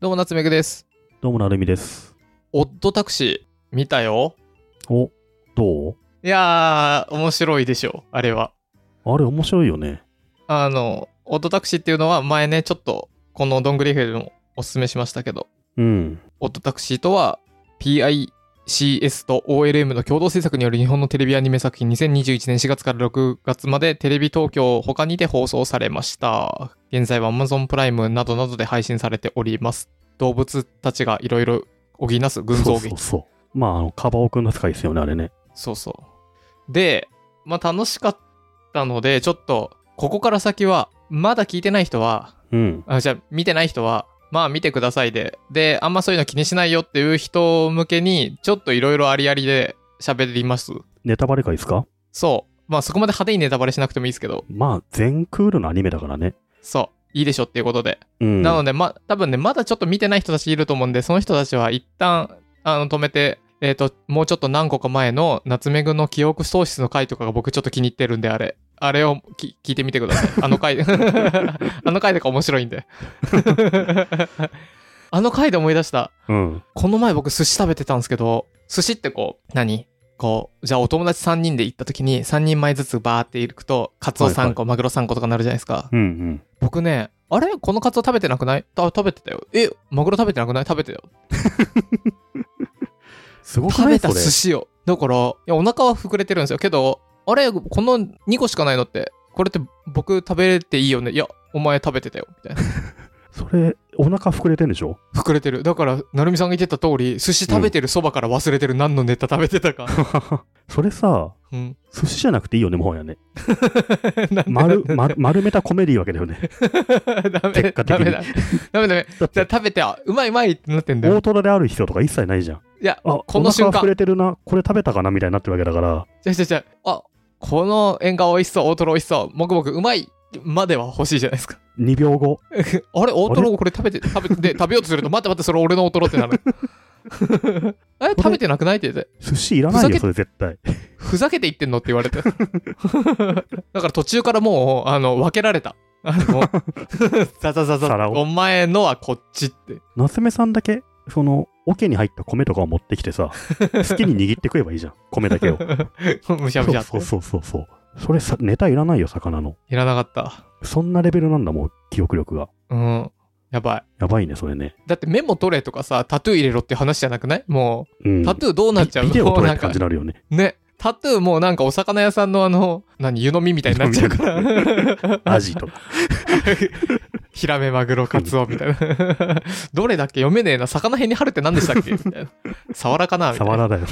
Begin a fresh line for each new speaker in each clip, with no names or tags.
どうも、夏目くです。
どうもなるみです。
オッドタクシー、見たよ。
お、ど
いやー、面白いでしょ、あれは。
うあれ面白いよね。
あの、オッドタクシーっていうのは、前ね、ちょっと、このどんぐりフェルもおすすめしましたけど、
うん。
オッドタクシーとは、PICS と OLM の共同制作による日本のテレビアニメ作品2021年4月から6月までテレビ東京他にて放送されました。現在は Amazon プライムなどなどで配信されております。動物たちがいろいろ補いなす群像
そうそ
劇
う。そう。まあ、あの、カバオくんの扱いですよね、あれね。
そうそう。で、まあ楽しかったので、ちょっと、ここから先は、まだ聞いてない人は、
うん。
あじゃあ見てない人は、まあ見てくださいで、で、あんまそういうの気にしないよっていう人向けに、ちょっといろいろありありで喋ります。
ネタバレ会ですか
そう。まあそこまで派手にネタバレしなくてもいいですけど、
まあ、全クールのアニメだからね。
そう。いいでしょっていうことで。
うん。
なので、ま、多分ね、まだちょっと見てない人たちいると思うんで、その人たちは一旦、あの、止めて、えっ、と、もうちょっと何個か前の、夏目ぐの記憶喪失の回とかが僕ちょっと気に入ってるんで、あれ。あれをき聞いてみてください。あの回、 あの回とか面白いんで。 あの回で思い出した。
うん。
この前僕寿司食べてたんですけど、寿司ってこう、何こう、じゃあお友達3人で行った時に3人前ずつバーっていくと、カツオ3個、マグロ3個とかなるじゃないですか。
うんうん。
僕ね、あれこのカツオ食べてなくないた食べてたよ。え、マグロ食べてなくない食べてたよ。
すごく
食
な
べ
い
た
それ。
寿司を。だから、いや、お腹は膨れてるんですよ。けど、あれこの2個しかないのって、これって僕食べれていいよね。いや、お前食べてたよ。みたいな。
それ、お腹膨れてんでしょ
膨れてる。だから、なるみさんが言ってた通り、寿司食べてるそばから忘れてる何のネタ食べてたか。
それさ、
うん。
寿司じゃなくていいよね、もはやね。
なんで
丸、
なん
丸
で
丸めた米でいいわけだよね。
ダメ
結果的
ダメ
に
だ。ダメダメ。
だっ
じゃあ
て、
食べて、あうまいうまいってなってんだよ
大。トロである人とか一切ないじゃん。
いや、
あ、
この瞬間
お腹膨れてるな、これ食べたかなみたいになってるわけだから。
じゃじゃじゃあ、この縁側美味しそう、大トロ美味しそう、もくもくうまいまでは欲しいじゃないですか。
2秒後、
あれ、大トロこれ食べて、食べて、で食べようとすると、待って待って、それ俺の大トロってなる。 あれ、食べてなくないって言って、
寿司いらない
ふざけ
よ、それ絶対。
ふざけて言ってんのって言われて。 だから途中からもう、あの、分けられた。あ の、ザザザザ、
皿を
お前のはこっちって。
夏目さんだけその桶に入った米とかを持ってき てさ好きに握って食えばいいじゃん米だけを
むしゃむしゃって。
そうそうそうそうそれさネタいらないよ魚の
いらなかった。
そんなレベルなんだもう記憶力が
うん。やばい。
やばいねそれね
だってメモ取れとかさ、タトゥー入れろって話じゃなくないも
う
う、
ん
タトゥーどうなっちゃう
ビビデオ
もう
撮れ
なん
って
か
感じになるよね
ね、タトゥーもなんかお魚屋さんのあの、何、湯飲みみたいになっちゃう から。
アジとか
ヒラメ、マグロ、カツオみたいな。 どれだっけ読めねえな。魚辺に春って何でしたっけみた いな。サワラかなみたい
サ
な。
ワラ だよ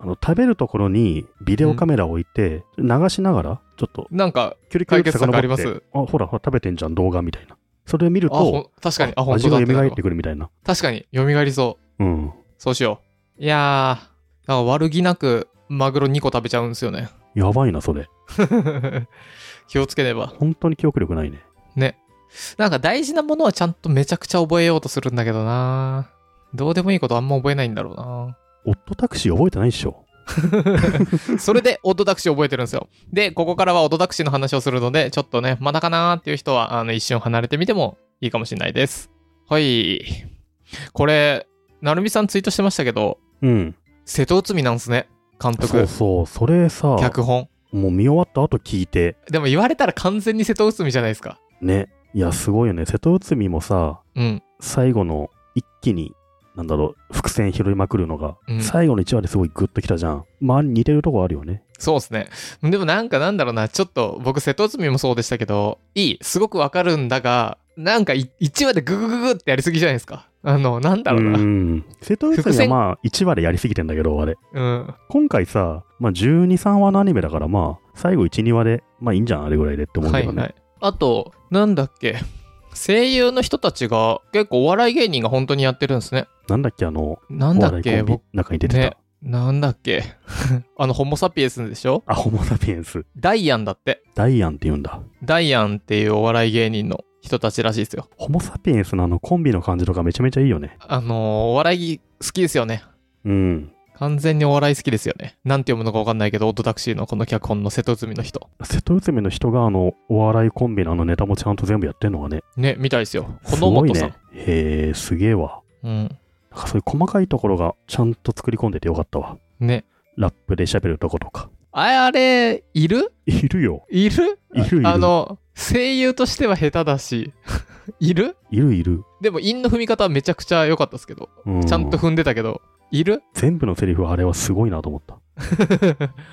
あの食べるところにビデオカメラを置いて流しながらちょっと
なんか、
キュリキュリって遡って
解決策あり
あほらほら食べてんじゃん動画みたいなそれを見る
あ、ほ
と
ん確かに、あ、本
味
当だ
が蘇
ってなるわ
ってくるみたいな
確かに、蘇りそう。
うん
そうしよう。いやー、なんか悪気なくマグロ2個食べちゃうんですよね。
やばいなそれ
気をつければ。
本当に記憶力ないね
ね。なんか大事なものはちゃんとめちゃくちゃ覚えようとするんだけどなどうでもいいことあんま覚えないんだろうな
オットタクシー覚えてないっしょ。
それでオッドタクシー覚えてるんですよ。で、ここからはオッドタクシーの話をするので、ちょっとね、まだかなーっていう人は、あの、一瞬離れてみてもいいかもしれないです。はい。これ、なるみさんツイートしてましたけど、
うん。
瀬戸内海なんすね。監
そう
督、
そう、それさ、
脚本。
もう見終わった後聞いて、
でも言われたら完全に瀬戸内海じゃないですか。
ね。いや、すごいよね。瀬戸内海もさ、
うん。
最後の一気に、なんだろう、伏線拾いまくるのが、
うん
最後の1話ですごいグッときたじゃん。周りに似てるとこあるよね。
そうですね。でもなんかなんだろうな、ちょっと僕、瀬戸内海もそうでしたけど、いい、すごくわかるんだが、なんか1話でググググってやりすぎじゃないですか。あの、なんだろう
う
な。
ん。瀬戸内
伏
海
線
はまあ、1話でやりすぎてんだけど、あれ。
うん。
今回さ、まあ、12、3話のアニメだから、まあ、最後1、2話で、まあいいんじゃん、あれぐらいでって思うんだけどね。
はいはい、あとなんだっけ声優の人たちが結構お笑い芸人が本当にやってるんですね
なんだっけ、あの、
なんだっ
お笑
け
いコン
僕
ビ中に出てた。
ねなんだっけ あのホモ・サピエンスでしょ
あ、ホモ・サピエンス。
ダイアンだって
ダイアンって言うんだ。
ダイアンっていうお笑い芸人の人たちらしいですよ
ホモ・サピエンスのあのコンビの感じとかめちゃめちゃいいよね。
あのーお笑い好きですよね
うん。
完全にお笑い好きですよね。なんて読むのかわかんないけど、オッドタクシーのこの脚本の瀬戸内海の人。
瀬戸内海の人があの、お笑いコンビのあのネタもちゃんと全部やってんのがね、
ね、みたいですよ。こ
す
の
ごい
本さん。
ね。へえ、すげえわ。なんかそういう細かいところがちゃんと作り込んでてよかったわ。
うん。ね。
ラップで喋るとことか。
あれ、あれ、いる
いるよ。
いる
いるいる
あの、声優としては下手だし、 いる
いるいる。
でも、韻の踏み方はめちゃくちゃ良かったですけど、
う
ちゃんと踏んでたけど、いる
全部のセリフはあれはすごいなと 思った。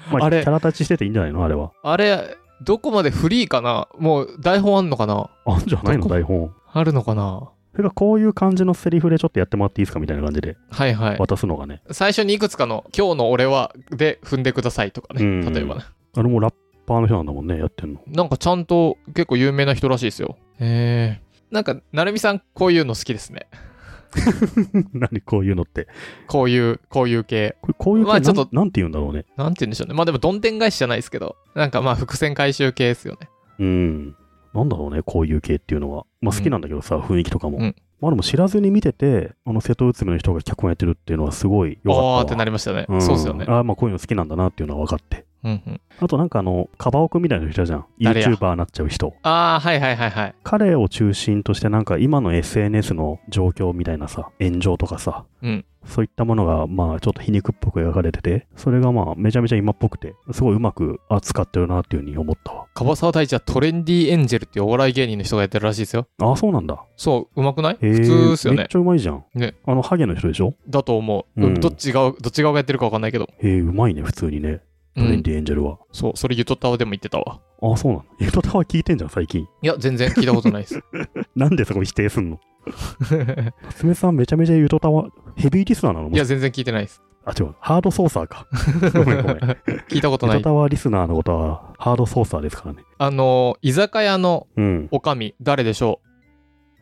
まあ、
あれ
キャラ立ちしてていいんじゃないのあれは。
あれ、どこまでフリーかなもう台本あんのかな
あんじゃないの
どこ
台本。
あるのかな
それがこういう感じのセリフでちょっとやってもらっていいですかみたいな感じで
はいはい。
渡すのがね。
最初にいくつかの、今日の俺は、で踏んでくださいとか
う
ね、
ん
例えばね。
あれもラッパーの人なんだもんね、やってんの。
なんかちゃんと結構有名な人らしいですよ。へえ。なんか、成美さん、こういうの好きですね。
何こういうのって。
こういう、こういう系。
これこういう
まあ
感じ、
ちょっ
なんなんて言うんだろうね。
なんて言うんでしょうね。まあでも、どんでん返しじゃないですけど、なんかまあ、伏線回収系ですよね。
うん。なんだろうね、こういう系っていうのは。まあ好きなんだけどさ、雰囲気とかも。
うん
まあでも知らずに見てて、あの瀬戸内海の人が脚本やってるっていうのはすごいよかった
お
わ。
ーってなりましたね。
ん
そうですよね。
ああ、まあこういうの好きなんだなっていうのは分かって。
うんうん。
あとなんかあの、カバオくんみたいな人いたじゃん。
誰や
YouTuber になっちゃう人。
ああ、はいはいはいはい。
彼を中心としてなんか今の SNS の状況みたいなさ、炎上とかさ、
うん
そういったものがまあちょっと皮肉っぽく描かれてて、それがまあめちゃめちゃ今っぽくて、すごいうまく扱ってるなっていうふうに思ったわ。
樺沢大地はトレンディエンジェルっていうお笑い芸人の人がやってるらしいですよ。
ああ、そうなんだ。
そう、うまくない
へえ
普通ですよ
め
ね
っ。ちゃうまいじゃん。
ね
あのハゲの人でしょ
だと思う。
うん
どっちが、どっち側がやってるかわかんないけど。
へえうまいね、普通にね。トレンディエンジェルは。
うんそう、それゆとたわでも言ってたわ。
ああ、そうなの。ゆとたわ聞いてんじゃん、最近。
いや、全然聞いたことない です。
なんでそこ否定 すんの夏目さんめちゃめちゃゆとたわ、ヘビーリスナーなの
いや、全然聞いてないです。
あ、違う。ハードソーサーか。ごめんごめん。
聞いたことな
タ
い。
タワーリスナーのことはハードソーサーですからね。
あの、居酒屋の
うん。
おかみ、誰でしょ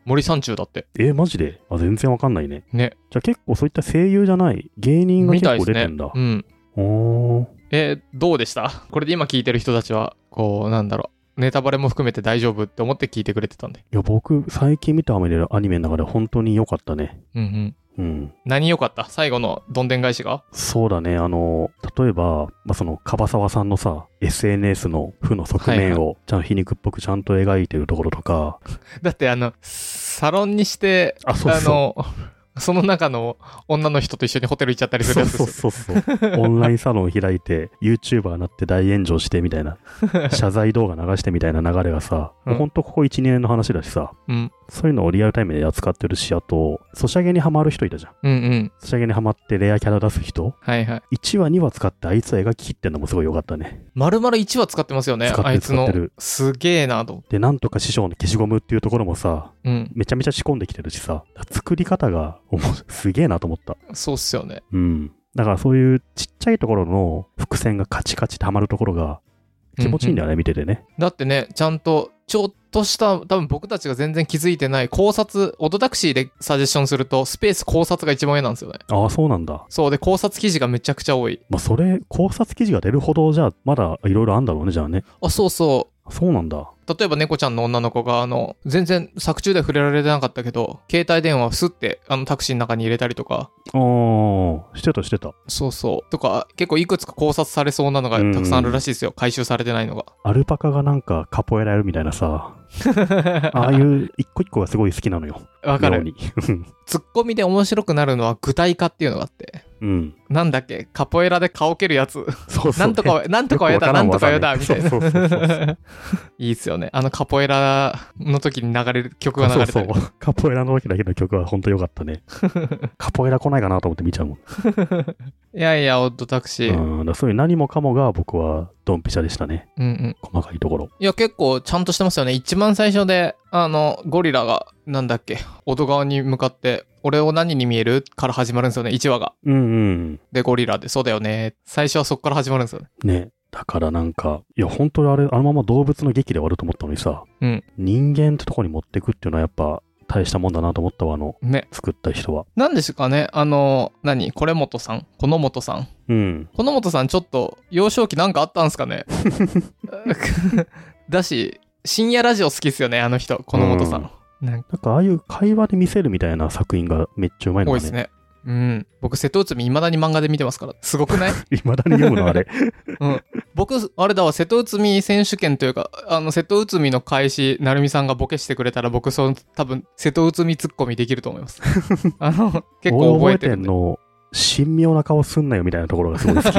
う森三中だって。
えーマジであ、全然わかんないね。
ね。
じゃあ結構そういった声優じゃない芸人が
み
結
たい
構
です
出て
ね。
んだ。
うん。
おー
えーどうでしたこれで今聞いてる人たちは、こう、なんだろう。ネタバレも含めて大丈夫って思って聞いてくれてたんで。
いや、僕、最近見たアニメアニメの中で本当に良かったね。
うんうん。
うん。
何良かった最後のどんでん返しが
そうだね。あの、例えば、まあ、その、樺沢さんのさ、SNS の負の側面を、ちゃんと皮肉っぽくちゃんと描いてるところとか、
だってあの、サロンにして、
あそうそう
の、 その中の女の人と一緒にホテル行っちゃったりする
そう
やつです
そ
よ
うそうそう。オンラインサロン開いて、YouTuber になって大炎上してみ たいな、謝罪動画流してみたいな流れがさ、
うん
ほんとここ1、2年の話だしさ、
うん。
そういうのをリアルタイムで扱ってるし、あと、ソシャゲにハマる人いたじゃん。
うんうん。
ソシャゲにハマってレアキャラ出す人
はいはい。
1話、2話使ってあいつを描き切ってんのもすごい良かったね。
丸々1話使ってますよね、
使ってる
あいつの
使ってる。
すげえなと。
で、なんとか師匠の消しゴムっていうところもさ、
うん。
めちゃめちゃ仕込んできてるしさ、作り方がおもすげえなと思った。
そうっすよね。
うん。だからそういうちっちゃいところの伏線がカチカチってはまるところが気持ちいいんだよね、見ててね。
だってね、ちゃんと、ちょっとした、多分僕たちが全然気づいてない考察、オトタクシーでサジェッションすると、スペース考察が一番上なんですよね。
ああ、そうなんだ。
そうで、考察記事がめちゃくちゃ多い。
まあ、それ、考察記事が出るほど、じゃあ、まだいろいろあんだろうね、じゃあね。
あ、そうそう。
そうなんだ。
例えば猫ちゃんの女の子があの全然作中では触れられてなかったけど携帯電話をスッてあのタクシーの中に入れたりとか
ああ、してた、してた。
そうそうとか結構いくつか考察されそうなのがたくさんあるらしいですよ回収されてないのが
アルパカがなんかカポエラやるみたい なさ、ああいう一個一個がすごい好きなのよ。
わか
妙
る
に。
ツッコミで面白くなるのは具体化っていうのがあって
うん。
なんだっけカポエラで顔蹴るやつ
そうそう。
なんと かなんとかやだなんとかやだみたいな
そうそうそうそう。
いいっすよねあのカポエラの時に流れる曲が流
そう
れ
そ
た
う
り。
カポエラの時だけの曲は本当良かっ たね。カポエラ来ないかなと思って見ちゃうもん。
いやいやオッドタクシー、うん、
うん。だからそういう何もかもが僕はドンピシャでしたね。
うん
細かいところ。
いや、結構ちゃんとしてますよね。一番最初で、あの、ゴリラが、なんだっけ、オド側に向かって、俺を何に見えるから始まるんですよね、1話が。
うんうん。
で、ゴリラで、そうだよね。最初はそこから始まるんですよね。
ね。だからなんか、いや、本当にあれ、あのまま動物の劇で終わると思ったのにさ、
うん
人間ってとこに持ってくっていうのはやっぱ大したもんだなと思ったわ、あの、
ね。
作った人は。
なんですかね、あの、何これもとさんこのもとさん
うん。
このもとさん、ちょっと、幼少期なんかあったんすかね だし、深夜ラジオ好きっすよね、あの人、このもとさん。なんか
なんかああいう会話で見せるみたいな作品がめっちゃうまいの
多い
が
っす
ね。
ね。うん。僕、瀬戸内海未だに漫画で見てますから。すごくない
いまだに読むのあれ。
うん。僕、あれだわ、瀬戸内海選手権というか、あの、瀬戸内海の開始、成美さんがボケしてくれたら、僕、その、多分、瀬戸内海ツッコミできると思い ます。あの、 結構覚えてるん
ん
で。
の、神妙な顔すんなよみたいなところがすご い好き。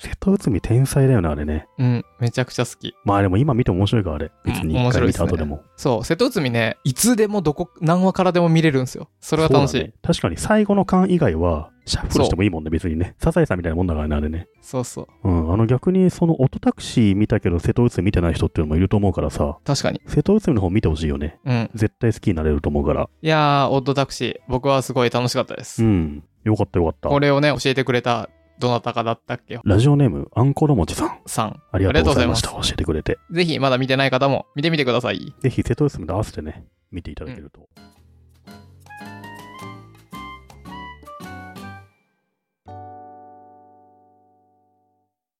瀬戸内海天才だよね、あれね。
うん、めちゃくちゃ好き。
まあでも今見ても面白いから、あれ。別
うん
に
面
一
白
回
いっ
見
すね
た後でも。
そう、瀬戸内海ね、いつでもどこ、何話からでも見れるんですよ。それが楽しい。
そうだね確かに最後の巻以外は、シャッフルしてもいいもんね、別にね。サザエさんみたいなもんだからね、あれね。
そうそう。
うん、あの逆に、その、オトタクシー見たけど、瀬戸内海見てない人っていうのもいると思うからさ、
確かに。
瀬戸内海の方見てほしいよね。
うん。
絶対好きになれると思うから。
いやー、オッドタクシー、僕はすごい楽しかったで
う
す。
ん。よかったよかった。
これをね、教えてくれた、どなたかだったっけ
ラジオネーム、アンコロモチさん。
さん。
ありがとうございまし
あ
た。教えてくれて。
ぜひ、まだ見てない方も、見てみてください。
ぜひ、瀬戸内海と合わせてね、見ていただけると。